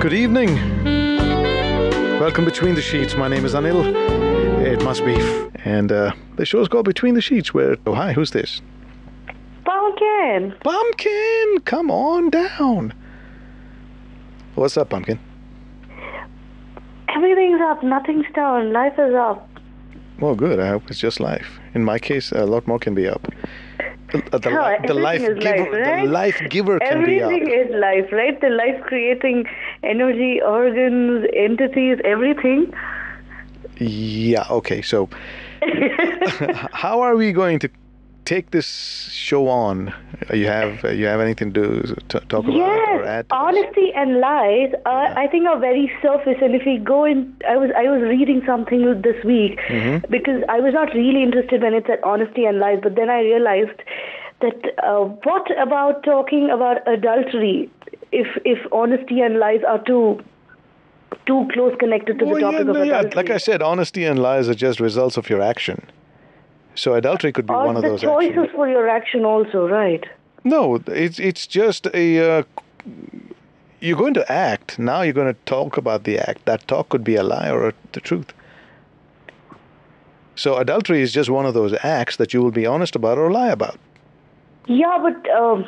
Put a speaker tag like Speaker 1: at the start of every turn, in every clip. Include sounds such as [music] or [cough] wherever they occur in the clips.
Speaker 1: Good evening. Welcome Between the Sheets. My name is Anil. It must be. And uh, the show's called Between the Sheets, where. Oh, hi, who's this?
Speaker 2: Pumpkin.
Speaker 1: Pumpkin! Come on down. What's up, Pumpkin?
Speaker 2: Everything's up. Nothing's down. Life is up.
Speaker 1: Well, good. I hope it's just life. In my case, a lot more can be up. The, the,
Speaker 2: Huh,
Speaker 1: li- the
Speaker 2: Oh, everything
Speaker 1: life
Speaker 2: is
Speaker 1: giver,
Speaker 2: life, right?
Speaker 1: the life giver can
Speaker 2: Everything
Speaker 1: be up.
Speaker 2: is life, right? The life creating energy, organs, entities,
Speaker 1: [laughs]
Speaker 2: everything. [laughs]
Speaker 1: Yeah. Okay. So, how are we going to take this show on? Uh, You have uh, you have anything to t- talk about or
Speaker 2: Yes,
Speaker 1: add? to this?
Speaker 2: honesty and lies, uh, I think, are very surface. And if we go in, I was I was reading something this week
Speaker 1: Mm-hmm.
Speaker 2: because I was not really interested when it said honesty and lies, but then I realized that uh, what about talking about adultery? If if honesty and lies are too too close connected to the
Speaker 1: Well, Oh, yeah,
Speaker 2: topic of
Speaker 1: no, yeah.
Speaker 2: adultery,
Speaker 1: Like I said, honesty and lies are just results of your action. So adultery could be
Speaker 2: or
Speaker 1: one of
Speaker 2: the
Speaker 1: those
Speaker 2: choices
Speaker 1: actions.
Speaker 2: for your action also, right?
Speaker 1: No, it's it's just a. Uh, you're going to act. Now you're going to talk about the act. That talk could be a lie or a, the truth. So adultery is just one of those acts that you will be honest about or lie about.
Speaker 2: Yeah, but um,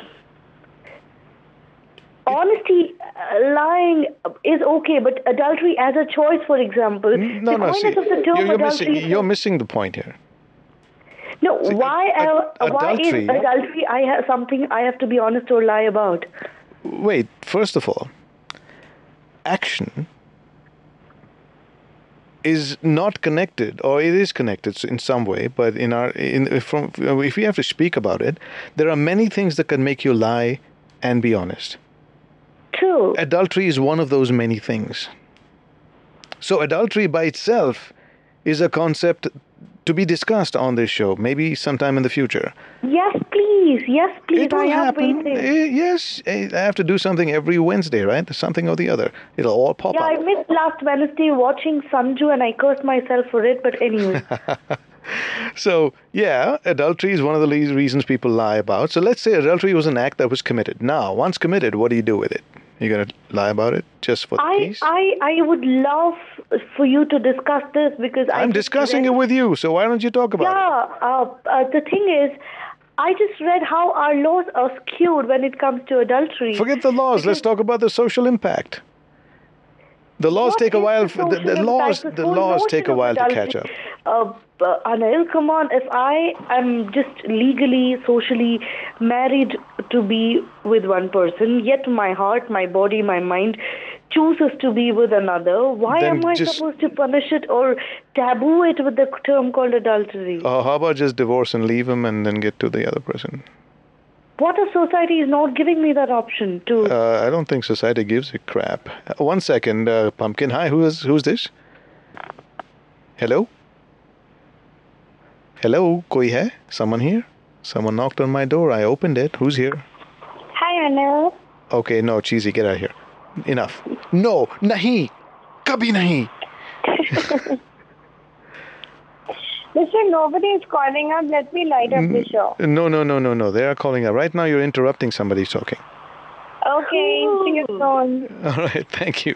Speaker 2: honesty, uh, lying is okay, but adultery as a choice, for example,
Speaker 1: Mm, No,
Speaker 2: the
Speaker 1: no,
Speaker 2: coinage
Speaker 1: see,
Speaker 2: of the term
Speaker 1: you're, you're
Speaker 2: adultery.
Speaker 1: missing you're missing the point here.
Speaker 2: no, why?
Speaker 1: ad-
Speaker 2: uh,
Speaker 1: ad-
Speaker 2: why is
Speaker 1: adultery-
Speaker 2: adultery? I have something I have to be honest or lie about.
Speaker 1: Wait, first of all, action is not connected, or it is connected in some way. But in our, in, if, from, if we have to speak about it, there are many things that can make you lie and be honest.
Speaker 2: True.
Speaker 1: Adultery is one of those many things. So adultery by itself is a concept to be discussed on this show, maybe sometime in the future.
Speaker 2: yes, please. Yes, please.
Speaker 1: It will
Speaker 2: I am
Speaker 1: happen.
Speaker 2: waiting.
Speaker 1: Eh, yes, eh, I have to do something every Wednesday, right? Something or the other. It'll all pop
Speaker 2: yeah, I
Speaker 1: up.
Speaker 2: missed last Wednesday watching Sanju, and I cursed myself for it.
Speaker 1: [laughs]
Speaker 2: But anyway,
Speaker 1: So, yeah, adultery is one of the le- reasons people lie about. So, let's say adultery was an act that was committed. Now, once committed, what do you do with it? You're going to lie about it just for the
Speaker 2: I,
Speaker 1: peace?
Speaker 2: I I would love for you to discuss this because I
Speaker 1: am
Speaker 2: just
Speaker 1: discussing
Speaker 2: read-
Speaker 1: it with you, so why don't you talk about it?
Speaker 2: Yeah, uh, uh, the thing is, I just read how our laws are skewed when it comes to adultery.
Speaker 1: Forget the laws. Let's talk about the social impact. The laws
Speaker 2: What
Speaker 1: take a
Speaker 2: is
Speaker 1: while.
Speaker 2: the
Speaker 1: f- The, the
Speaker 2: social
Speaker 1: laws,
Speaker 2: impact,
Speaker 1: the
Speaker 2: whole
Speaker 1: laws take
Speaker 2: notion
Speaker 1: a
Speaker 2: of
Speaker 1: while to
Speaker 2: adultery?
Speaker 1: catch up.
Speaker 2: Uh, uh, Anil, come on. If I am just legally, socially married to be with one person, yet my heart, my body, my mind chooses to be with another, why
Speaker 1: Then
Speaker 2: am I
Speaker 1: just-
Speaker 2: supposed to punish it or taboo it with the term called adultery?
Speaker 1: Uh, how about just divorce and leave him and then get to the other person?
Speaker 2: what if society is not giving me that option to?
Speaker 1: Uh, I don't think society gives a crap. Uh, One second, uh, pumpkin. Hi, who is who's this? Hello. Hello, koi hai? Someone here? Someone knocked on my door. I opened it. Who's here?
Speaker 2: Hi, Anil.
Speaker 1: Okay, no, cheesy, get out of here. Enough. No, nahi, kabhi nahi.
Speaker 3: Listen, nobody is calling up. Let me light up the show.
Speaker 1: No, no, no, no, no. They are calling out right now. You're interrupting somebody talking. [laughs]
Speaker 3: Okay, see you soon.
Speaker 1: All right, thank you.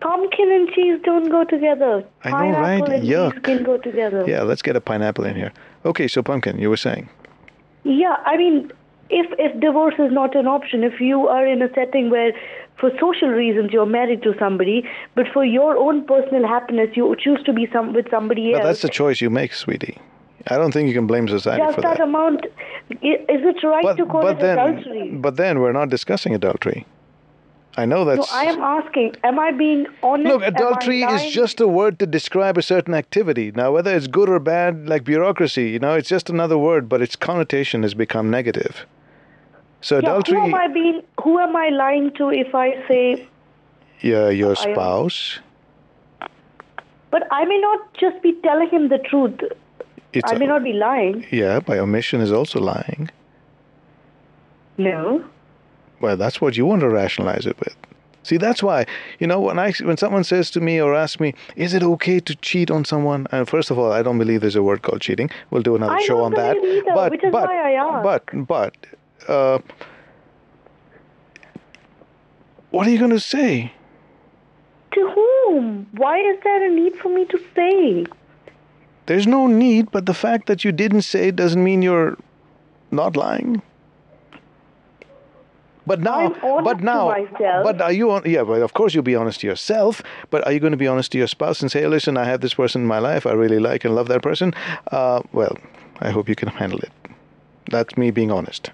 Speaker 2: Pumpkin and cheese don't go together.
Speaker 1: I know, right?
Speaker 2: Pineapple and
Speaker 1: Yuck.
Speaker 2: cheese can go together.
Speaker 1: Yeah, let's get a pineapple in here. Okay, so pumpkin, you were saying.
Speaker 2: Yeah, I mean, if if divorce is not an option, if you are in a setting where, for social reasons, you're married to somebody, but for your own personal happiness, you choose to be some with somebody
Speaker 1: But that's
Speaker 2: else.
Speaker 1: the choice you make, sweetie. I don't think you can blame society
Speaker 2: Does
Speaker 1: for
Speaker 2: that,
Speaker 1: that.
Speaker 2: amount? i- Is it right
Speaker 1: but
Speaker 2: to call
Speaker 1: but
Speaker 2: it
Speaker 1: then
Speaker 2: adultery?
Speaker 1: but then we're not discussing adultery. I know
Speaker 2: No,
Speaker 1: that's
Speaker 2: I am asking. Am I being honest?
Speaker 1: look.
Speaker 2: Am I
Speaker 1: Adultery is
Speaker 2: lying?
Speaker 1: just a word to describe a certain activity. Now, whether it's good or bad, like bureaucracy, you know, it's just another word, but its connotation has become negative. So
Speaker 2: Yeah, who
Speaker 1: adultery,
Speaker 2: am I being? Who am I lying to if I say?
Speaker 1: yeah, your
Speaker 2: I am-
Speaker 1: spouse.
Speaker 2: But I may not just be telling him the truth.
Speaker 1: It's
Speaker 2: I may not be lying.
Speaker 1: yeah, by omission is also lying.
Speaker 2: No.
Speaker 1: Well, that's what you want to rationalize it with. See, that's why, you know, when I when someone says to me or asks me, "Is it okay to cheat on someone?" Uh, first of all, I don't believe there's a word called cheating. We'll do another
Speaker 2: I
Speaker 1: show
Speaker 2: don't
Speaker 1: on that.
Speaker 2: believe either,
Speaker 1: but
Speaker 2: which is
Speaker 1: but
Speaker 2: why I asked.
Speaker 1: but but uh, What are you going to say?
Speaker 2: To whom? Why is there a need for me to say?
Speaker 1: There's no need, but the fact that you didn't say doesn't mean you're not lying. But now,
Speaker 2: I'm honest
Speaker 1: but
Speaker 2: to
Speaker 1: now,
Speaker 2: myself.
Speaker 1: but are you on? Yeah, but of course you'll be honest to yourself. But are you going to be honest to your spouse and say, "Listen, I have this person in my life. I really like and love that person." Uh, well, I hope you can handle it. That's me being honest.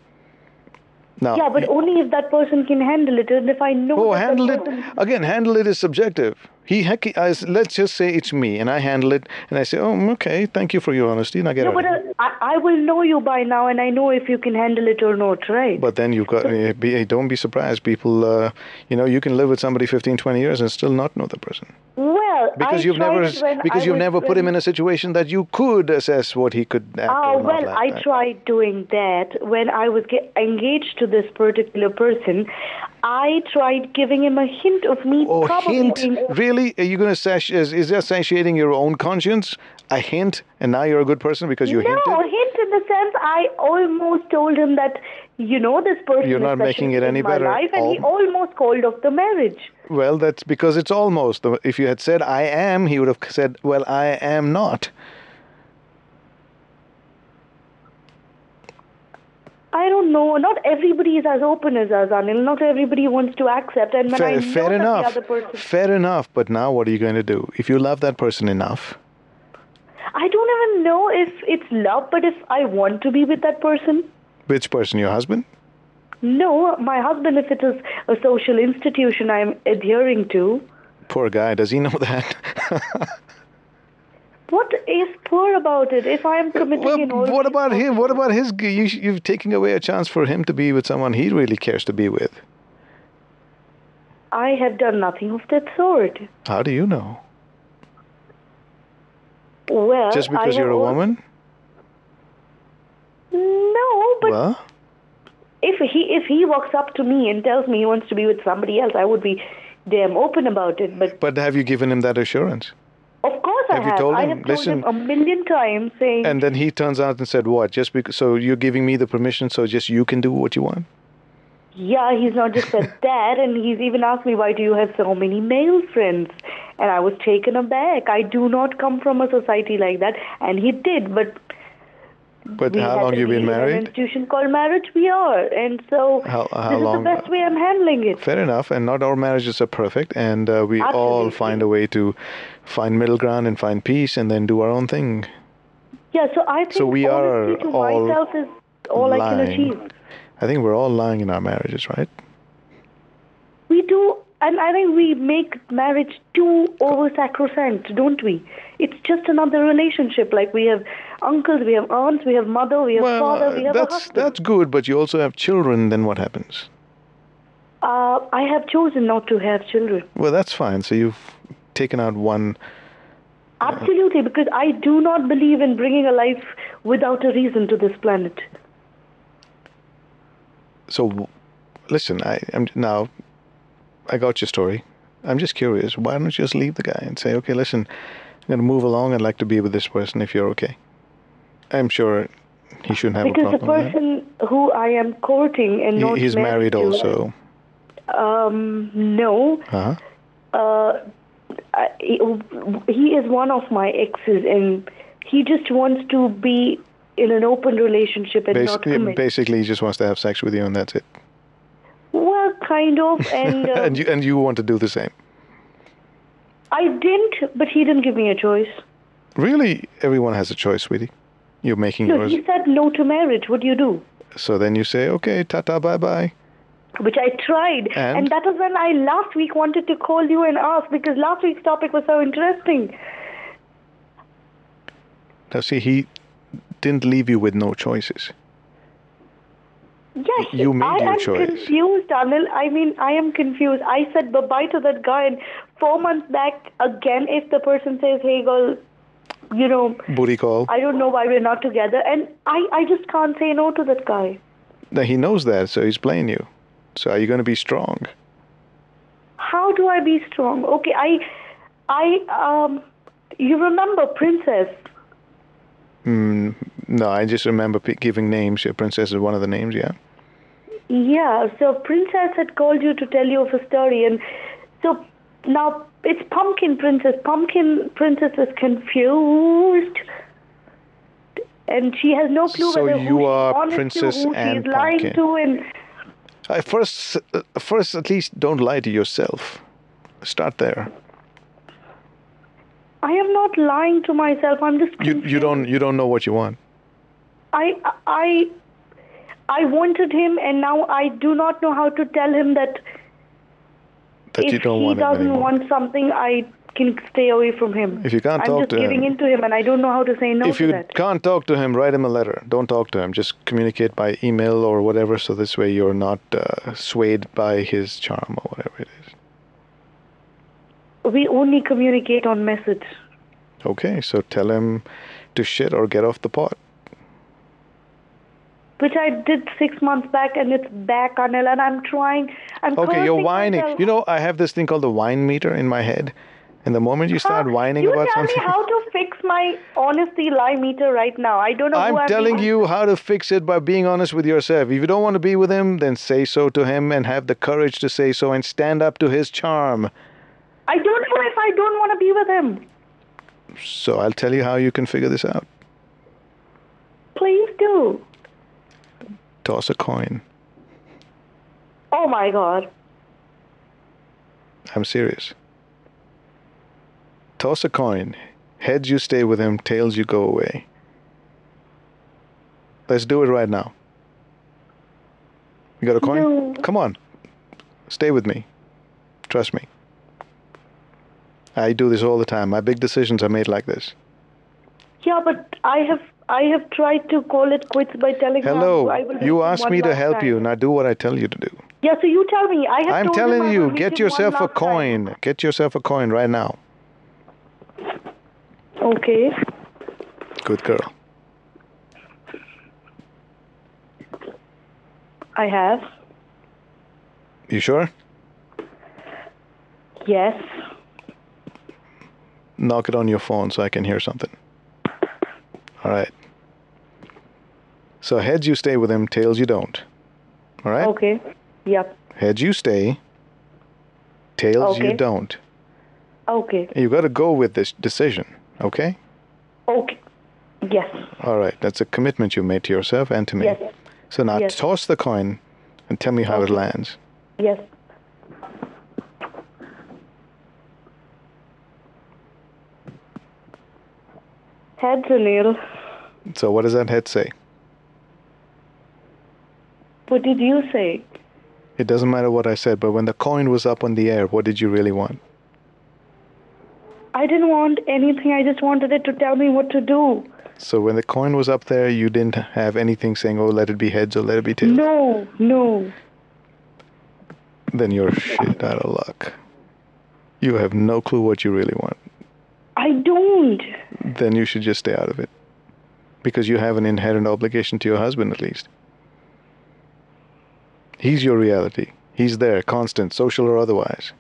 Speaker 1: Now,
Speaker 2: Yeah, but only if that person can handle it, and if I know.
Speaker 1: Uh, Oh,
Speaker 2: that that
Speaker 1: handle it
Speaker 2: person-
Speaker 1: again. Handle it is subjective. He, heck, I, let's just say it's me, and I handle it, and I say, "Oh, mm, okay, thank you for your honesty." And I get
Speaker 2: No,
Speaker 1: out.
Speaker 2: but
Speaker 1: of it.
Speaker 2: uh, I, I will know you by now, and I know if you can handle it or not, right?
Speaker 1: But then you got eh, be, eh, don't be surprised. People, uh, you know, you can live with somebody 15, 20 years and still not know the person
Speaker 2: well,
Speaker 1: because
Speaker 2: I
Speaker 1: you've
Speaker 2: tried
Speaker 1: never
Speaker 2: it when
Speaker 1: because
Speaker 2: I
Speaker 1: you've
Speaker 2: was Ah,
Speaker 1: never put him
Speaker 2: very-
Speaker 1: in a situation that you could assess what he could act
Speaker 2: Oh
Speaker 1: or not
Speaker 2: well,
Speaker 1: like.
Speaker 2: I tried doing that when I was ge- engaged to this particular person. I tried giving him a hint of me
Speaker 1: Oh,
Speaker 2: probably
Speaker 1: hint!
Speaker 2: being-
Speaker 1: Really? Are you going to sash? Is, is that satiating your own conscience? A hint, and now you're a good person because you
Speaker 2: no,
Speaker 1: hinted.
Speaker 2: hint in the sense I almost told him that you know this person.
Speaker 1: You're
Speaker 2: is
Speaker 1: not making
Speaker 2: special
Speaker 1: it any
Speaker 2: in my
Speaker 1: better.
Speaker 2: Life, and he
Speaker 1: Oh.
Speaker 2: almost called off the marriage.
Speaker 1: Well, that's because it's almost. The- If you had said "I am," he would have said, "Well, I am not."
Speaker 2: I don't know. Not everybody is as open as us, Anil. Not everybody wants to accept. And when
Speaker 1: Fair,
Speaker 2: I know
Speaker 1: fair
Speaker 2: that
Speaker 1: enough.
Speaker 2: the other person,
Speaker 1: Fair enough. But now, what are you going to do? If you love that person enough,
Speaker 2: I don't even know if it's love, but if I want to be with that person,
Speaker 1: which person? Your husband?
Speaker 2: no. My husband, if it is a social institution I'm adhering to,
Speaker 1: Poor guy. Does he know
Speaker 2: [laughs]
Speaker 1: that?
Speaker 2: what is poor about it? If I am committing
Speaker 1: well,
Speaker 2: in all
Speaker 1: what
Speaker 2: these
Speaker 1: about him? What
Speaker 2: functions-
Speaker 1: about his? You, you've taken away a chance for him to be with someone he really cares to be with.
Speaker 2: I have done nothing of that sort.
Speaker 1: How do you know?
Speaker 2: Well,
Speaker 1: Just
Speaker 2: I
Speaker 1: because
Speaker 2: have
Speaker 1: you're a
Speaker 2: al-
Speaker 1: woman?
Speaker 2: No, but
Speaker 1: Well,
Speaker 2: if he if he walks up to me and tells me he wants to be with somebody else, I would be damn open about it. But
Speaker 1: but have you given him that assurance?
Speaker 2: of course, I
Speaker 1: Have you
Speaker 2: have.
Speaker 1: told
Speaker 2: I
Speaker 1: him,
Speaker 2: have told
Speaker 1: "Listen,"
Speaker 2: him a million times, saying
Speaker 1: And then he turns out and said, "What? Just because? So you're giving me the permission? So just you can do what you want?"
Speaker 2: Yeah, he's not just
Speaker 1: [laughs]
Speaker 2: said that, and he's even asked me, why do you have so many male friends? And I was taken aback. I do not come from a society like that, and he did. But
Speaker 1: But
Speaker 2: we
Speaker 1: how
Speaker 2: had
Speaker 1: long
Speaker 2: to
Speaker 1: you
Speaker 2: be
Speaker 1: been
Speaker 2: in An
Speaker 1: married?
Speaker 2: institution called marriage. We are, and so
Speaker 1: How- how
Speaker 2: this
Speaker 1: long-
Speaker 2: is the best way I'm handling it.
Speaker 1: Fair enough, and not all marriages are perfect, and uh, we all
Speaker 2: Absolutely.
Speaker 1: find a way to find middle ground and find peace, and then do our own thing.
Speaker 2: Yeah, so I think
Speaker 1: So we are
Speaker 2: honesty to
Speaker 1: all
Speaker 2: myself is all I can
Speaker 1: lying.
Speaker 2: achieve.
Speaker 1: I think we're all lying in our marriages, right?
Speaker 2: We do, and I think we make marriage too over sacrosanct, don't we? It's just another relationship. Like we have uncles, we have aunts, we have mother, we have father, we have a
Speaker 1: uh, that's
Speaker 2: husband.
Speaker 1: that's good, but you also have children. Then what happens?
Speaker 2: Uh, I have chosen not to have children.
Speaker 1: Well, that's fine. So you've taken out one.
Speaker 2: Absolutely, because I do not believe in bringing a life without a reason to this planet.
Speaker 1: So, w- listen, I am now. I got your story. I'm just curious. Why don't you just leave the guy and say, okay, listen, I'm going to move along. I'd like to be with this person if you're okay. I'm sure he shouldn't have
Speaker 2: Because
Speaker 1: a
Speaker 2: the
Speaker 1: problem. with that.
Speaker 2: person who I am courting and not
Speaker 1: He, he's married
Speaker 2: to,
Speaker 1: also.
Speaker 2: Um, no,
Speaker 1: Huh?
Speaker 2: uh, I- he is one of my exes, and he just wants to be in an open relationship and not
Speaker 1: Basically,
Speaker 2: commit.
Speaker 1: basically, he just wants to have sex with you, and that's it.
Speaker 2: well, kind
Speaker 1: [laughs]
Speaker 2: of, and, uh,
Speaker 1: and you and you want to do the same.
Speaker 2: I didn't, but he didn't give me a choice.
Speaker 1: Really, everyone has a choice, sweetie. You're making
Speaker 2: No,
Speaker 1: yours.
Speaker 2: he said no to marriage. What do you do?
Speaker 1: So then you say, okay, tata, bye bye.
Speaker 2: Which I tried,
Speaker 1: And?
Speaker 2: that was when I last week wanted to call you and ask because last week's topic was so interesting.
Speaker 1: Now, see, he didn't leave you with no choices.
Speaker 2: Yes,
Speaker 1: You made
Speaker 2: I
Speaker 1: your
Speaker 2: am
Speaker 1: choice.
Speaker 2: confused, Anil. I mean, I am confused. I said bye bye to that guy, and four months back, again, if the person says, "Hey, girl," you know,
Speaker 1: Booty call.
Speaker 2: I don't know why we're not together, and I, I just can't say no to that guy.
Speaker 1: Now, he knows that, so he's playing you. So are you going to be strong?
Speaker 2: How do I be strong? Okay, I, I, um, you remember Princess?
Speaker 1: Mm, no, I just remember p- giving names. Your princess is one of the names, yeah?
Speaker 2: Yeah, so Princess had called you to tell you of a story, and so now it's Pumpkin Princess. Pumpkin Princess is confused, and she has no clue
Speaker 1: So
Speaker 2: whether
Speaker 1: you
Speaker 2: who
Speaker 1: are
Speaker 2: she honest
Speaker 1: Princess
Speaker 2: to, who
Speaker 1: and
Speaker 2: she's lying
Speaker 1: Pumpkin.
Speaker 2: to, and
Speaker 1: I first, uh, first at least, don't lie to yourself. Start there.
Speaker 2: I am not lying to myself. I'm just
Speaker 1: You you don't you don't know what you want.
Speaker 2: I I I wanted him, and now I do not know how to tell him that
Speaker 1: That
Speaker 2: if
Speaker 1: you don't
Speaker 2: he
Speaker 1: want him
Speaker 2: doesn't
Speaker 1: anymore.
Speaker 2: want something, I can stay away from him.
Speaker 1: If you can't
Speaker 2: I'm
Speaker 1: talk
Speaker 2: just
Speaker 1: to
Speaker 2: giving
Speaker 1: him-
Speaker 2: in to him, and I don't know how to say no
Speaker 1: if
Speaker 2: to
Speaker 1: you
Speaker 2: that.
Speaker 1: can't talk to him, write him a letter. Don't talk to him. Just communicate by email or whatever. So this way you're not uh, swayed by his charm or whatever it is.
Speaker 2: We only communicate on message.
Speaker 1: Okay, so tell him to shit or get off the pot.
Speaker 2: Which I did six months back, and it's back, Anil, and I'm trying. I'm
Speaker 1: Okay, you're
Speaker 2: cursing
Speaker 1: whining.
Speaker 2: myself.
Speaker 1: You know, I have this thing called the wine meter in my head. And the moment you start
Speaker 2: Huh?
Speaker 1: whining
Speaker 2: you
Speaker 1: about
Speaker 2: tell
Speaker 1: something,
Speaker 2: me how to fix my honesty lie meter right now. I don't know.
Speaker 1: [laughs]
Speaker 2: who
Speaker 1: I'm
Speaker 2: I'm
Speaker 1: telling
Speaker 2: being-
Speaker 1: you how to fix it by being honest with yourself. If you don't want to be with him, then say so to him and have the courage to say so and stand up to his charm.
Speaker 2: I don't know if I don't want to be with him.
Speaker 1: So I'll tell you how you can figure this out.
Speaker 2: Please do.
Speaker 1: Toss a coin.
Speaker 2: Oh my God.
Speaker 1: I'm serious. Toss a coin. Heads you stay with him, tails you go away. Let's do it right now. You got a coin?
Speaker 2: No.
Speaker 1: Come on. Stay with me. Trust me. I do this all the time. My big decisions are made like this.
Speaker 2: Yeah, but I have I have tried to call it quits by telling her
Speaker 1: Hello.
Speaker 2: I will meet
Speaker 1: You
Speaker 2: him
Speaker 1: asked
Speaker 2: one
Speaker 1: me to
Speaker 2: last
Speaker 1: help
Speaker 2: time.
Speaker 1: you. Now do what I tell you to do.
Speaker 2: Yeah, so you tell me. I have
Speaker 1: I'm
Speaker 2: told him I
Speaker 1: telling
Speaker 2: will
Speaker 1: you,
Speaker 2: meet
Speaker 1: get
Speaker 2: him one
Speaker 1: yourself a
Speaker 2: last time.
Speaker 1: coin. Get yourself a coin right now.
Speaker 2: Okay.
Speaker 1: Good girl.
Speaker 2: I have.
Speaker 1: You sure?
Speaker 2: Yes.
Speaker 1: knock it on your phone so I can hear something. All right. So heads you stay with him, tails you don't. All right?
Speaker 2: Okay. Yep.
Speaker 1: Heads you stay, tails you
Speaker 2: Okay.
Speaker 1: don't.
Speaker 2: Okay.
Speaker 1: You got to go with this decision, okay?
Speaker 2: Okay. Yes.
Speaker 1: All right. That's a commitment you made to yourself and to me.
Speaker 2: Yes.
Speaker 1: So now
Speaker 2: Yes.
Speaker 1: toss the coin and tell me how it lands.
Speaker 2: Yes. Heads, Anil.
Speaker 1: So what does that head say?
Speaker 2: What did you say?
Speaker 1: It doesn't matter what I said, but when the coin was up on the air, what did you really want?
Speaker 2: I didn't want anything. I just wanted it to tell me what to do.
Speaker 1: So when the coin was up there, you didn't have anything saying, "Oh, let it be heads or let it be tails."
Speaker 2: No, no.
Speaker 1: then you're shit out of luck. You have no clue what you really want.
Speaker 2: I don't.
Speaker 1: Then you should just stay out of it. Because you have an inherent obligation to your husband, at least. He's your reality. He's there, constant, social or otherwise.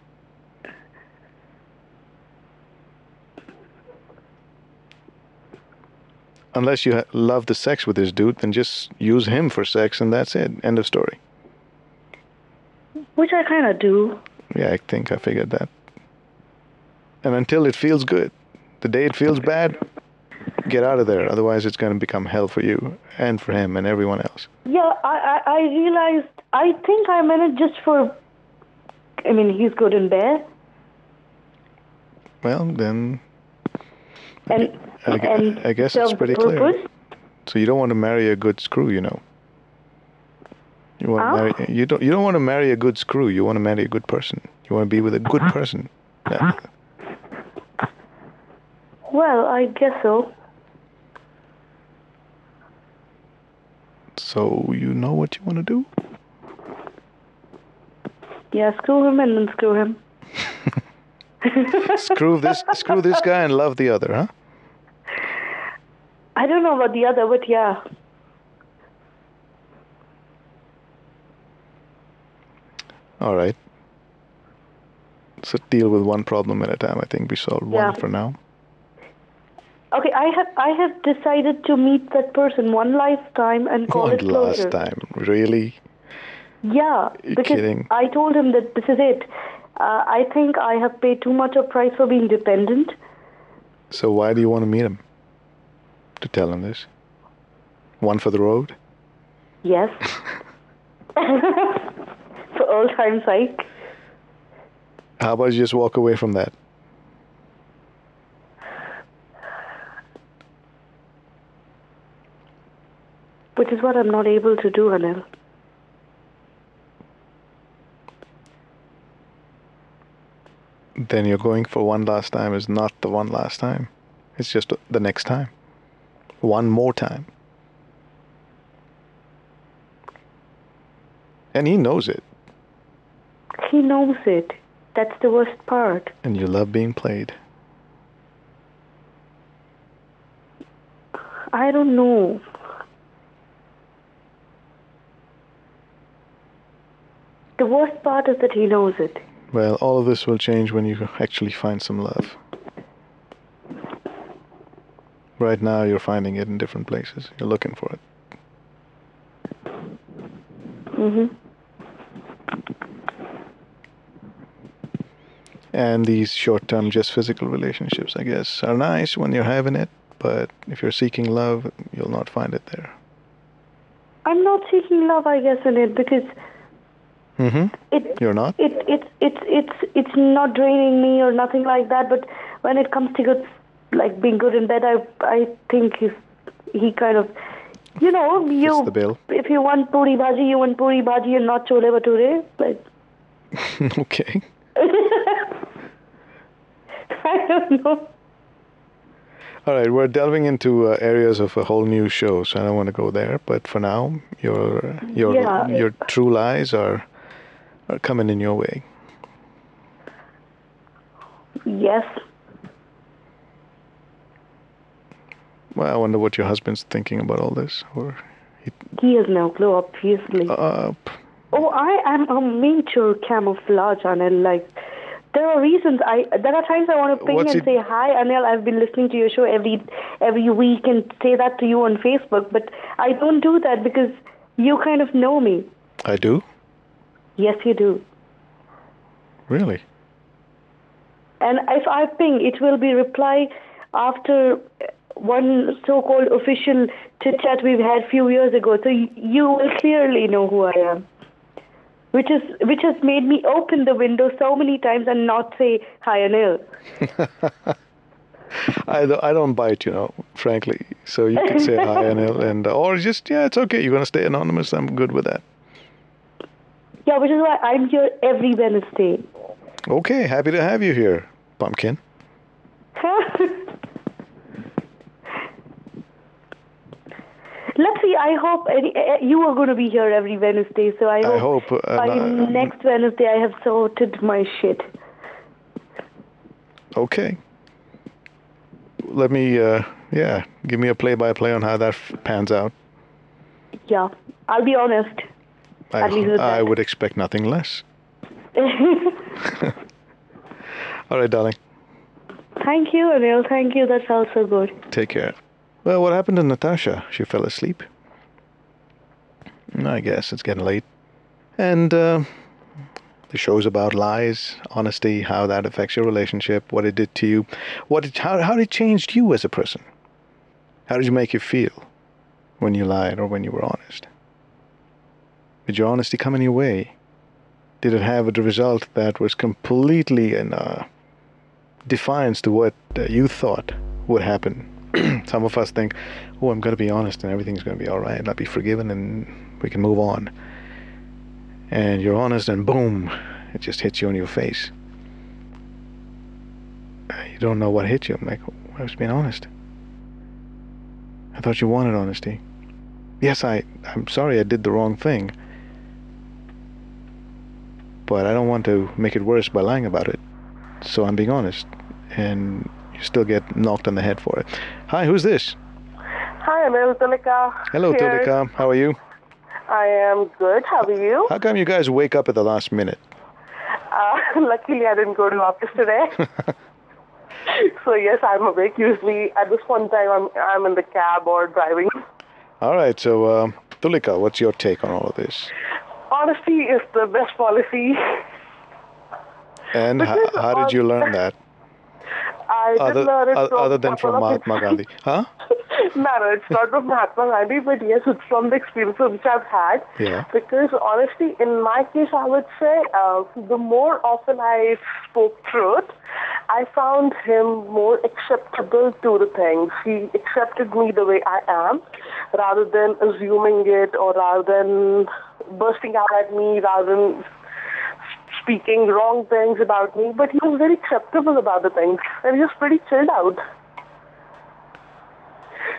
Speaker 1: Unless you ha- love the sex with this dude, then just use him for sex and that's it. End of story.
Speaker 2: Which I kind of do.
Speaker 1: Yeah, I think I figured that. And until it feels good, the day it feels bad, get out of there. Otherwise, it's going to become hell for you and for him and everyone else.
Speaker 2: Yeah, I, I, I realized. I think I meant it just for. I mean, he's good in bed,
Speaker 1: Well, then
Speaker 2: and
Speaker 1: I, gu-
Speaker 2: and
Speaker 1: I guess it's
Speaker 2: serves
Speaker 1: pretty
Speaker 2: the
Speaker 1: clear.
Speaker 2: purpose.
Speaker 1: So you don't want to marry a good screw, you know. You want
Speaker 2: Huh?
Speaker 1: to marry, you don't you don't want to marry a good screw. You want to marry a good person. You want to be with a good person. Yeah.
Speaker 2: Well, I guess so.
Speaker 1: So you know what you want to do.
Speaker 2: Yeah, screw him and then screw him.
Speaker 1: Screw this, screw this guy, and love the other, huh?
Speaker 2: I don't know about the other, but yeah.
Speaker 1: All right. So deal with one problem at a time. I think we solved one
Speaker 2: Yeah.
Speaker 1: for now.
Speaker 2: Okay, I have I have decided to meet that person one lifetime and call
Speaker 1: one
Speaker 2: it closure.
Speaker 1: last time. Really?
Speaker 2: Yeah,
Speaker 1: You're
Speaker 2: because
Speaker 1: kidding.
Speaker 2: I told him that this is it. Uh, I think I have paid too much a price for being dependent.
Speaker 1: So why do you want to meet him? To tell him this. One for the road.
Speaker 2: Yes. [laughs] for old time's sake.
Speaker 1: How about you just walk away from that?
Speaker 2: Which is what I'm not able to do, Anil.
Speaker 1: Then you're going for one last time is not the one last time. It's just the next time. One more time. And he knows it.
Speaker 2: He knows it. That's the worst part.
Speaker 1: And you love being played.
Speaker 2: I don't know. The worst part is that he knows it.
Speaker 1: Well, all of this will change when you actually find some love. Right now, you're finding it in different places. You're looking for it. Mm-hmm.
Speaker 2: hmm
Speaker 1: And these short term, just physical relationships, I guess, are nice when you're having it, but if you're seeking love, you'll not find it there.
Speaker 2: I'm not seeking love, I guess, in it because
Speaker 1: Mm hmm.
Speaker 2: it
Speaker 1: You're not? [laughs]
Speaker 2: it it's it's it's it's not draining me or nothing like that. But when it comes to good, like being good in bed, I I think he he kind of, you know, you
Speaker 1: the bill.
Speaker 2: if you want puri bhaji, you want puri bhaji and not chole bhature. Like [laughs]
Speaker 1: okay.
Speaker 2: I don't know.
Speaker 1: All right, we're delving into uh, areas of a whole new show, so I don't want to go there. But for now, your your
Speaker 2: Yeah.
Speaker 1: your true lies are are coming in your way.
Speaker 2: Yes,
Speaker 1: Well, I wonder what your husband's thinking about all this, or he
Speaker 2: he has no clue, obviously.
Speaker 1: uh, p-
Speaker 2: Oh, I am a major camouflage, Anil. Like, there are reasons. I there are times I want to ping
Speaker 1: What's
Speaker 2: and
Speaker 1: it-
Speaker 2: say hi, Anil. I've been listening to your show every every week and say that to you on Facebook, but I don't do that because you kind of know me.
Speaker 1: I do
Speaker 2: Yes, you do.
Speaker 1: really.
Speaker 2: And if I ping, it will be reply after one so-called official chit-chat we've had few years ago. So y- you will clearly know who I am, which is which has made me open the window so many times and not say hi Anil.
Speaker 1: I don't, I don't bite, you know, frankly. So you can say hi and he'll- and uh, or just yeah, it's okay. You're gonna stay anonymous. I'm good with that.
Speaker 2: Yeah, which is why I'm here every Wednesday.
Speaker 1: Okay, happy to have you here, pumpkin.
Speaker 2: [laughs] Let's see. I hope any, eh, you are going to be here every Wednesday. So I
Speaker 1: I
Speaker 2: hope,
Speaker 1: hope uh,
Speaker 2: by
Speaker 1: not-
Speaker 2: next Wednesday I have sorted my shit.
Speaker 1: Okay. Let me, uh, yeah, give me a play by play on how that f- pans out.
Speaker 2: Yeah, I'll be honest. [laughs]
Speaker 1: I,
Speaker 2: I'd leave it at
Speaker 1: I
Speaker 2: that.
Speaker 1: would expect nothing less. All right, darling.
Speaker 2: Thank you, Anil. Thank you. That's also good.
Speaker 1: Take care. Well, what happened to Natasha? She fell asleep. I guess it's getting late. And uh, the show's about lies, honesty, how that affects your relationship, what it did to you, what it, how, how it changed you as a person. How did you make you feel when you lied or when you were honest? Did your honesty come in your way? Did it have a result that was completely in uh, defiance to what uh, you thought would happen. [clears throat] Some of us think, oh, I'm going to be honest and everything's going to be all right. I'll be forgiven and we can move on. And you're honest and boom, it just hits you in your face. Uh, You don't know what hit you. I'm like, I was being honest. I thought you wanted honesty. Yes, I, I'm sorry I did the wrong thing. But I don't want to make it worse by lying about it so I'm being honest, and you still get knocked on the head for it. Hi, who's this?
Speaker 4: Hi, Anil Tilika.
Speaker 1: Hello,
Speaker 4: Here.
Speaker 1: Tilika. How are you?
Speaker 4: I am good. How are
Speaker 1: [laughs]
Speaker 4: you?
Speaker 1: How come you guys wake up at the last minute?
Speaker 4: Uh, luckily, I didn't go to office
Speaker 1: [laughs]
Speaker 4: today. so yes, I'm awake. Usually, at this point in time, I'm I'm in the cab or driving.
Speaker 1: All right, so um, Tulika, what's your take on all of this?
Speaker 4: On honesty is the best policy.
Speaker 1: And how,
Speaker 4: Because
Speaker 1: how did you learn
Speaker 4: [laughs]
Speaker 1: that?
Speaker 4: I
Speaker 1: Other,
Speaker 4: did learn it
Speaker 1: oth-
Speaker 4: from
Speaker 1: other than
Speaker 4: couple
Speaker 1: from
Speaker 4: of
Speaker 1: Mahatma Gandhi, huh?
Speaker 4: no, no, it's not from Mahatma Gandhi, but yes, it's from the experiences which I've had.
Speaker 1: Yeah.
Speaker 4: Because honestly, in my case, I would say uh, the more often I spoke truth, I found him more acceptable to the things. He accepted me the way I am, rather than assuming it or rather than bursting out at me, rather than speaking wrong things about me. But he was very acceptable about the things, and he was pretty chilled out.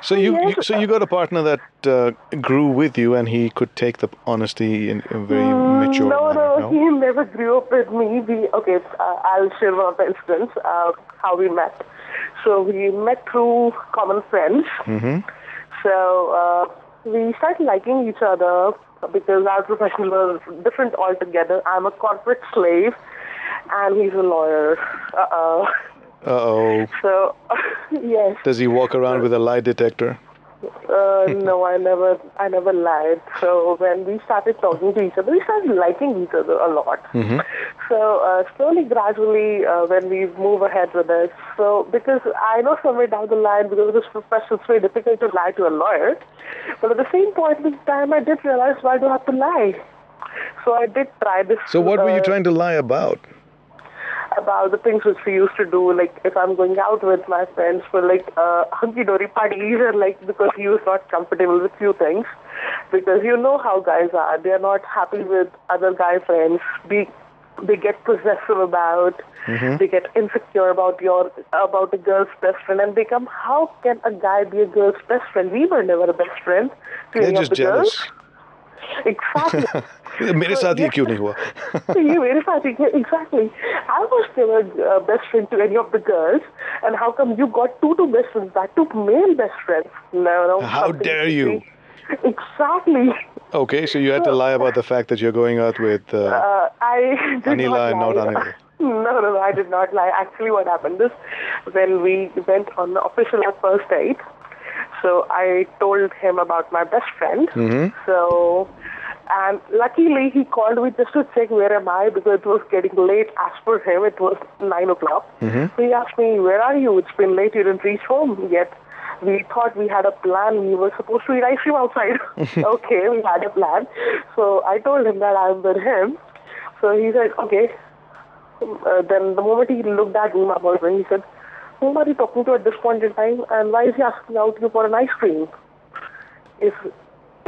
Speaker 1: So you,
Speaker 4: Yes.
Speaker 1: you so you got a partner that uh, grew with you, and he could take the honesty in a very mature
Speaker 4: Mm, no,
Speaker 1: manner.
Speaker 4: no, he never grew up with me. We okay. Uh, I'll share one of the incidents uh, how we met. So we met through common friends.
Speaker 1: Mhm.
Speaker 4: So uh, we started liking each other because our profession was different altogether. I'm a corporate slave, and he's a lawyer. Uh oh.
Speaker 1: Uh oh.
Speaker 4: [laughs] So [laughs] yes.
Speaker 1: Does he walk around with a lie detector? [laughs]
Speaker 4: Uh, no, I never, I never lied. So when we started talking to each other, we started liking each other a lot.
Speaker 1: Mm-hmm.
Speaker 4: So uh, slowly, gradually, uh, when we move ahead with it, so because I know somewhere down the line, because of this profession, it's very difficult to lie to a lawyer. But at the same point in time, I did realize why do I have to lie? So I did try this.
Speaker 1: So what were you
Speaker 4: uh,
Speaker 1: trying to lie about?
Speaker 4: about the things which we used to do, like if I'm going out with my friends for like uh, hunky dory parties, and like because he was not comfortable with few things, because you know how guys are, they are not happy with other guy friends. Be they get possessive about,
Speaker 1: Mm-hmm.
Speaker 4: they get insecure about your about a girl's best friend, and become how can a guy be a girl's best friend? We were never a best friend. to
Speaker 1: They're
Speaker 4: any of
Speaker 1: just
Speaker 4: the girls.
Speaker 1: jealous. [laughs]
Speaker 4: Exactly.
Speaker 1: मेरे साथ ये
Speaker 4: yes.
Speaker 1: क्यों नहीं
Speaker 4: [laughs]
Speaker 1: हुआ?
Speaker 4: you were fighting. Yeah, exactly. I was never uh, best friend to any of the girls, and how come you got two two best friends, back two male best friends? No, no.
Speaker 1: How
Speaker 4: something
Speaker 1: dare
Speaker 4: to
Speaker 1: you.
Speaker 4: see. Exactly.
Speaker 1: Okay, so you had to lie about the fact that you're going out with. Uh,
Speaker 4: Uh, I did
Speaker 1: Anila and
Speaker 4: not
Speaker 1: not
Speaker 4: lie.
Speaker 1: Anila.
Speaker 4: No, no, no, I did not lie. Actually, what happened is when we went on the official first date, so I told him about my best friend. So, and luckily he called me just to check where am I because it was getting late. As per him, it was nine o'clock. He asked me, "Where are you? It's been late. You didn't reach home yet." We thought we had a plan. We were supposed to eat ice cream outside. okay, we had a plan. So I told him that I'm with him. So he said, "Okay, uh, then the moment he looked at me, my boyfriend, he said, whom are you talking to at this point in time and why is he asking out you for an ice cream? It's,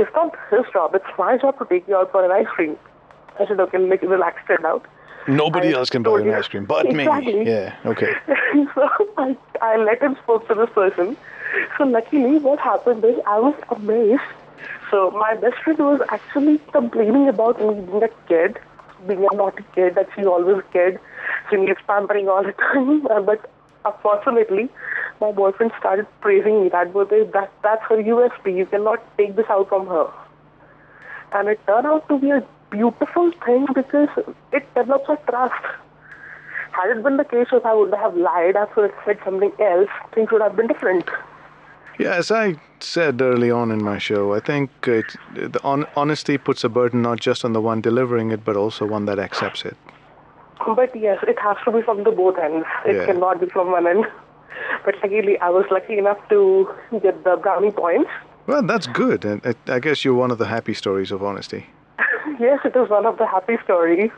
Speaker 4: it's not his job, it's my job to take you out for an ice cream. I said, okay, like, relax, stand out.
Speaker 1: nobody
Speaker 4: I
Speaker 1: else can buy you an
Speaker 4: told you-
Speaker 1: ice cream, but me.
Speaker 4: Exactly.
Speaker 1: Yeah. Okay.
Speaker 4: so [laughs] I, I let him spoke to this person. So luckily, what happened is I was amazed. So my best friend was actually complaining about me being a kid, being a naughty kid, that she's always a kid, she needs pampering all the [laughs] time. Uh, but unfortunately, my boyfriend started praising me. That was that that's her USP. You cannot take this out from her and it turned out to be a beautiful thing because it develops a trust. Had it been the case if I would have lied, I would have said something else, things would have been different.
Speaker 1: Yeah, as I said early on in my show, I think it, the on, honesty puts a burden not just on the one delivering it, but also one that accepts it.
Speaker 4: But yes, it has to be from the both ends. It
Speaker 1: Yeah.
Speaker 4: cannot be from one end. But luckily, I was lucky enough to get the brownie points.
Speaker 1: Well, that's good, and it, I guess you're one of the happy stories of honesty.
Speaker 4: Yes, it is one of the happy stories.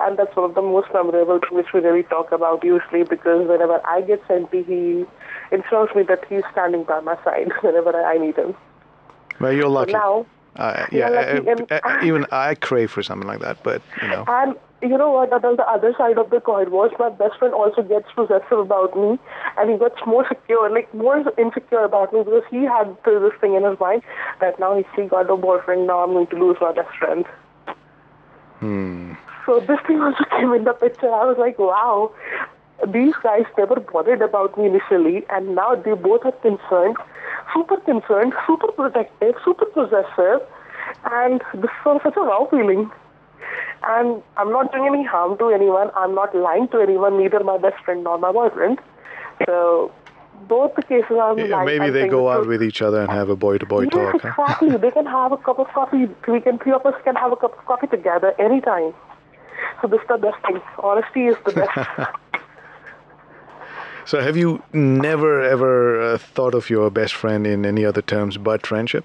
Speaker 4: And that's one of the most memorable things which we really talk about usually because whenever I get senti, he ensures me that he's standing by my side [laughs] whenever I I need him.
Speaker 1: Well, you're lucky.
Speaker 4: now,
Speaker 1: Uh, yeah,
Speaker 4: you're lucky
Speaker 1: I- I-
Speaker 4: and-
Speaker 1: I- even I crave for something like that, but you know.
Speaker 4: And you know what? On the other side of the coin was my best friend also gets possessive about me, and he gets more secure, like more insecure about me because he had this thing in his mind that now he's he got a boyfriend, now I'm going to lose my best friend. So this thing also [laughs] came in the picture. I was like, wow, these guys never bothered about me initially, and now they both are concerned, super concerned, super protective, super possessive, and this was such a wow feeling. And I'm not doing any harm to anyone. I'm not lying to anyone, neither my best friend nor my boyfriend. So both the cases are on the
Speaker 1: Yeah,
Speaker 4: line.
Speaker 1: maybe
Speaker 4: I'm
Speaker 1: they
Speaker 4: saying
Speaker 1: go
Speaker 4: the
Speaker 1: out
Speaker 4: truth.
Speaker 1: with each other and have a boy to
Speaker 4: [laughs]
Speaker 1: boy
Speaker 4: Yes,
Speaker 1: talk. huh?
Speaker 4: exactly. they can have a cup of coffee. We can three of us can have a cup of coffee together anytime. So this is the best thing. Honesty is the
Speaker 1: [laughs]
Speaker 4: best.
Speaker 1: So, have you never ever uh, thought of your best friend in any other terms but friendship?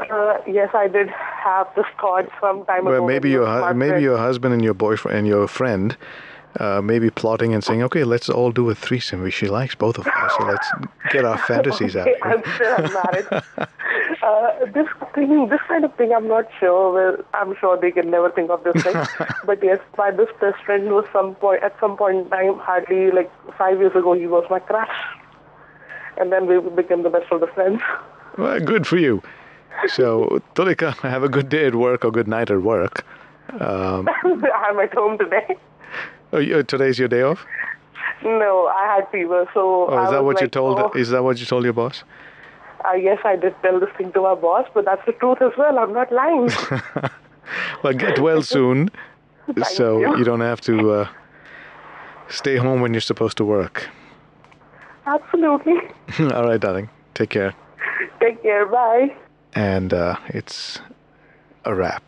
Speaker 4: uh, yes, I did have this thought some time ago.
Speaker 1: Well,
Speaker 4: when
Speaker 1: maybe
Speaker 4: we
Speaker 1: your
Speaker 4: were
Speaker 1: hu-
Speaker 4: smart
Speaker 1: maybe
Speaker 4: friends.
Speaker 1: your husband and your boyfriend and your friend, uh, maybe plotting and saying, "Okay, let's all do a threesome. We- She likes both of us, so let's get
Speaker 4: [laughs]
Speaker 1: our fantasies out."
Speaker 4: Okay,
Speaker 1: here." [laughs]
Speaker 4: I'm still unmarried. uh, this thing, this kind of thing, I'm not sure. Well, I'm sure they can never think of
Speaker 1: [laughs]
Speaker 4: this thing. but yes, my this best friend was some point at some point in time, hardly like five years ago, he was my crush, and then we became the best of the friends. [laughs]
Speaker 1: Well, good for you. So, Tulika, [laughs] have a good day at work or good night at work. Um,
Speaker 4: I'm at home today.
Speaker 1: oh, you- today's your day off.
Speaker 4: No, I had fever, so
Speaker 1: Oh, is
Speaker 4: I
Speaker 1: that
Speaker 4: was
Speaker 1: what
Speaker 4: like,
Speaker 1: you told?
Speaker 4: Oh,
Speaker 1: Is that what you told your boss?
Speaker 4: uh, yes, I did tell this thing to my boss, but that's the truth as well. I'm not
Speaker 1: [laughs]
Speaker 4: lying.
Speaker 1: Well, get
Speaker 4: [laughs]
Speaker 1: well soon, so
Speaker 4: you.
Speaker 1: you don't have to uh, stay home when you're supposed to work.
Speaker 4: Absolutely.
Speaker 1: [laughs] All right, darling. Take care.
Speaker 4: Take care. Bye.
Speaker 1: and uh, it's a wrap.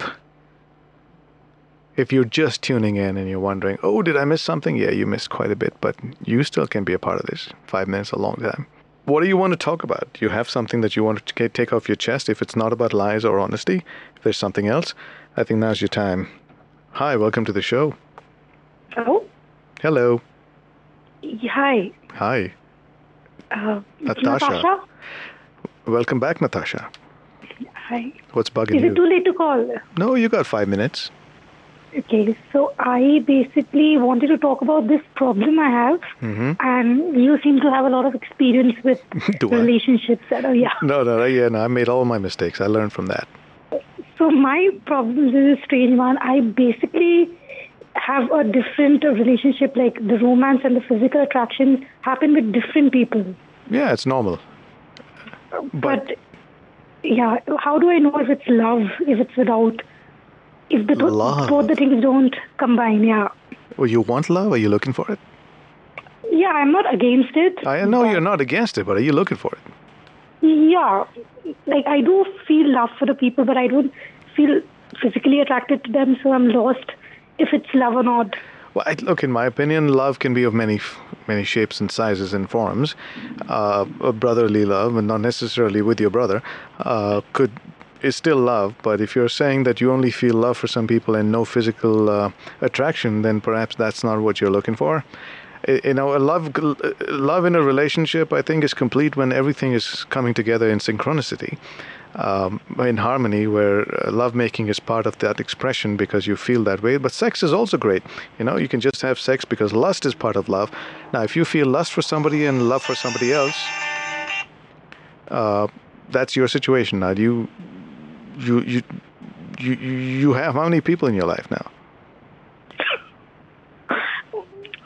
Speaker 1: If you're just tuning in and you're wondering, oh, did I miss something? Yeah, you missed quite a bit, but you still can be a part of this. Five minutes, a long time. What do you want to talk about? Do you have something that you want to ta- take off your chest? If it's not about lies or honesty, if there's something else, I think now's your time. Hi, welcome to the show.
Speaker 2: Hello?
Speaker 1: Hello.
Speaker 2: Oh, Hi.
Speaker 1: Hi.
Speaker 2: Uh,
Speaker 1: Natasha. Welcome back, Natasha.
Speaker 2: Hi.
Speaker 1: What's bugging
Speaker 2: Is it
Speaker 1: you?
Speaker 2: too late to call?
Speaker 1: No, you got five minutes.
Speaker 2: Okay, so I basically wanted to talk about this problem I have, and you seem to have a lot of experience with
Speaker 1: Mm-hmm. [laughs] Do I?
Speaker 2: relationships. And, oh, yeah.
Speaker 1: No, no, no, yeah, no. I made all my mistakes. I learned from that.
Speaker 2: So my problem is a strange one. I basically have a different relationship, like the romance and the physical attraction happen with different people.
Speaker 1: Yeah, it's normal.
Speaker 2: But, yeah, how do I know if it's love, if it's without, if the th-
Speaker 1: Love.
Speaker 2: both the things don't combine? Yeah,
Speaker 1: Well, oh, you want love? Are you looking for it?
Speaker 2: yeah, I'm not against it.
Speaker 1: I know you're not against it, but are you looking for it?
Speaker 2: Yeah, like I do feel love for the people, but I don't feel physically attracted to them, so I'm lost if it's love or not.
Speaker 1: Well, I, look, in my opinion, love can be of many, f- many shapes and sizes and forms. Uh, a brotherly love, and not necessarily with your brother, uh, could is still love. But if you're saying that you only feel love for some people and no physical uh, attraction, then perhaps that's not what you're looking for. I- You know, a love, love in a relationship, I think, is complete when everything is coming together in synchronicity. um, in harmony where uh, lovemaking is part of that expression because you feel that way. But sex is also great. You know, you can just have sex because lust is part of love. Now, if you feel lust for somebody and love for somebody else, uh, that's your situation now. You, you, you, you, you have how many people in your life now?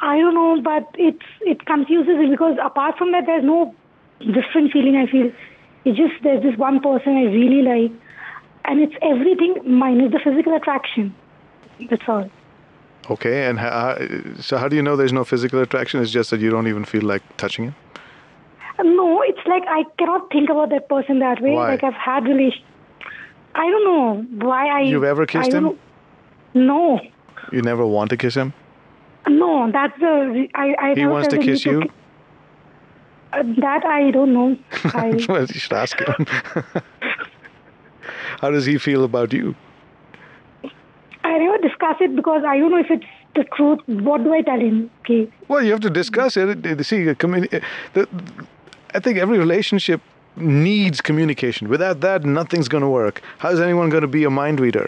Speaker 2: I don't know, but it's it confuses me because apart from that, there's no different feeling I feel. It's just there's this one person I really like, and it's everything minus the physical attraction. That's all.
Speaker 1: Okay, and how, uh, so how do you know there's no physical attraction? It's just that you don't even feel like touching it.
Speaker 2: No, it's like I cannot think about that person that way.
Speaker 1: Why?
Speaker 2: Like I've had relation. I don't know why I.
Speaker 1: You've ever
Speaker 2: I
Speaker 1: kissed
Speaker 2: don't
Speaker 1: him?
Speaker 2: Know. No,
Speaker 1: You never want to kiss him.
Speaker 2: no, that's the. re- I, I
Speaker 1: He
Speaker 2: never
Speaker 1: wants
Speaker 2: felt
Speaker 1: to
Speaker 2: the need
Speaker 1: kiss you. [laughs]
Speaker 2: ki- Uh, that I don't know.
Speaker 1: [laughs]
Speaker 2: I,
Speaker 1: well, you should ask him. How does he feel about you?
Speaker 2: I never discuss it because I don't know if it's the truth. What do I tell him? Okay.
Speaker 1: Well, you have to discuss it. It- See, the communi- the, I think every relationship needs communication. Without that, nothing's going to work. How's anyone going to be a mind reader?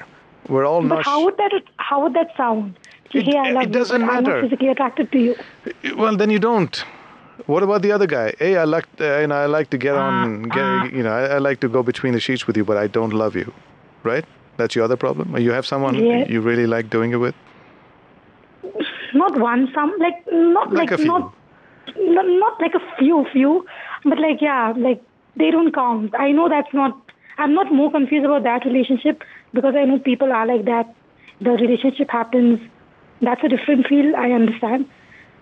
Speaker 1: We're all
Speaker 2: But
Speaker 1: not.
Speaker 2: how would that how would that sound?
Speaker 1: It-
Speaker 2: hey, I
Speaker 1: it
Speaker 2: love
Speaker 1: doesn't
Speaker 2: you, but I'm
Speaker 1: matter.
Speaker 2: not physically attracted to you.
Speaker 1: well, then you don't. What about the other guy? Hey, I like, uh, you know, I like to get on,
Speaker 2: Uh,
Speaker 1: get, you know, I, I like to go between the sheets with you, but I don't love you, right? That's your other problem. Or You have someone
Speaker 2: Yeah.
Speaker 1: you really like doing it with,
Speaker 2: Not one, some like not
Speaker 1: like,
Speaker 2: like,
Speaker 1: a few.
Speaker 2: not not not like a few few, but like yeah, like they don't count. I know that's not. I'm not more confused about that relationship because I know people are like that. The relationship happens. That's a different feel. I understand.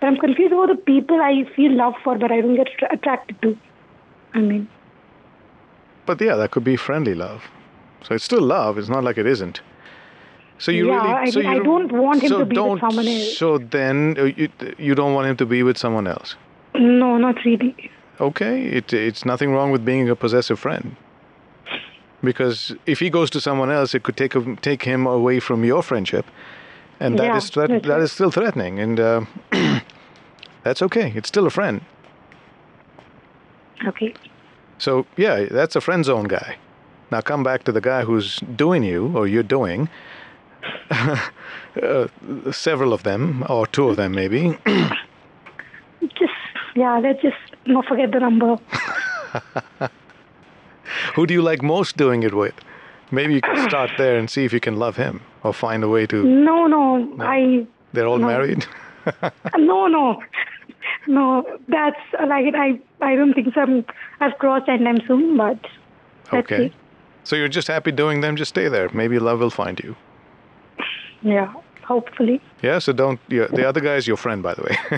Speaker 2: But I'm confused about the people I feel love for, but I don't get attra- attracted to. I mean,
Speaker 1: But yeah, that could be friendly love. So it's still love. It's not like it isn't. So you
Speaker 2: Yeah,
Speaker 1: really.
Speaker 2: I
Speaker 1: so
Speaker 2: mean,
Speaker 1: you
Speaker 2: I don't want him
Speaker 1: so
Speaker 2: to be with
Speaker 1: don't,
Speaker 2: someone else.
Speaker 1: So then uh, you, you don't want him to be with someone else.
Speaker 2: no, not really.
Speaker 1: Okay, it, it's nothing wrong with being a possessive friend. Because if he goes to someone else, it could take him, take him away from your friendship, and that
Speaker 2: Yeah,
Speaker 1: is threat,
Speaker 2: that's
Speaker 1: that
Speaker 2: right.
Speaker 1: is still threatening, and uh, [clears throat] that's okay. It's still a friend.
Speaker 2: Okay.
Speaker 1: So yeah, that's a friend zone guy. Now come back to the guy who's doing you or you're doing. [laughs] uh, several of them, or two of them maybe. [clears throat]
Speaker 2: Just, yeah, let's just not forget the number.
Speaker 1: Who do you like most doing it with? Maybe you can start there and see if you can love him or find a way to.
Speaker 2: No, no, I,
Speaker 1: They're all
Speaker 2: No.
Speaker 1: married.
Speaker 2: no, no. No, that's like it. I, I don't think so. I'm, I've crossed that line soon, but that's
Speaker 1: [laughs] okay.
Speaker 2: it.
Speaker 1: So you're just happy doing them. Just stay there. Maybe love will find you.
Speaker 2: Yeah, hopefully.
Speaker 1: Yeah. So don't. Yeah, the other guy is your friend, by the way. [laughs]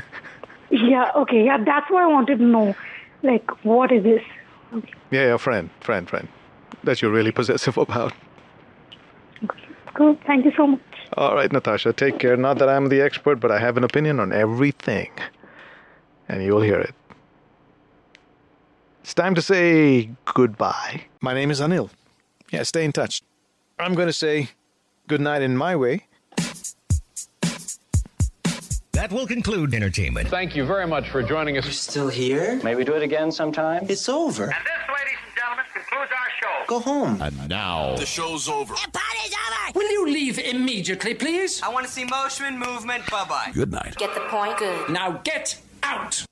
Speaker 2: Yeah, okay. Yeah, that's what I wanted to know. Like, what is this? Okay.
Speaker 1: yeah, yeah, friend, friend, friend. That you're really [laughs] possessive about.
Speaker 2: Cool. Thank you so much.
Speaker 1: All right, Natasha, take care. Not that I'm the expert, but I have an opinion on everything. And you'll hear it. It's time to say goodbye. My name is Anil. Yeah, stay in touch. I'm going to say goodnight in my way.
Speaker 5: That will conclude entertainment.
Speaker 6: Thank you very much for joining us.
Speaker 7: Still here?
Speaker 8: May we do it again sometime?
Speaker 7: It's over.
Speaker 9: And this, ladies and gentlemen, concludes our show.
Speaker 7: Go home.
Speaker 5: And now,
Speaker 10: Will you leave immediately, please?
Speaker 7: I want to see motion, movement. Bye bye.
Speaker 5: good night.
Speaker 11: Get the point? Good.
Speaker 10: Now get out!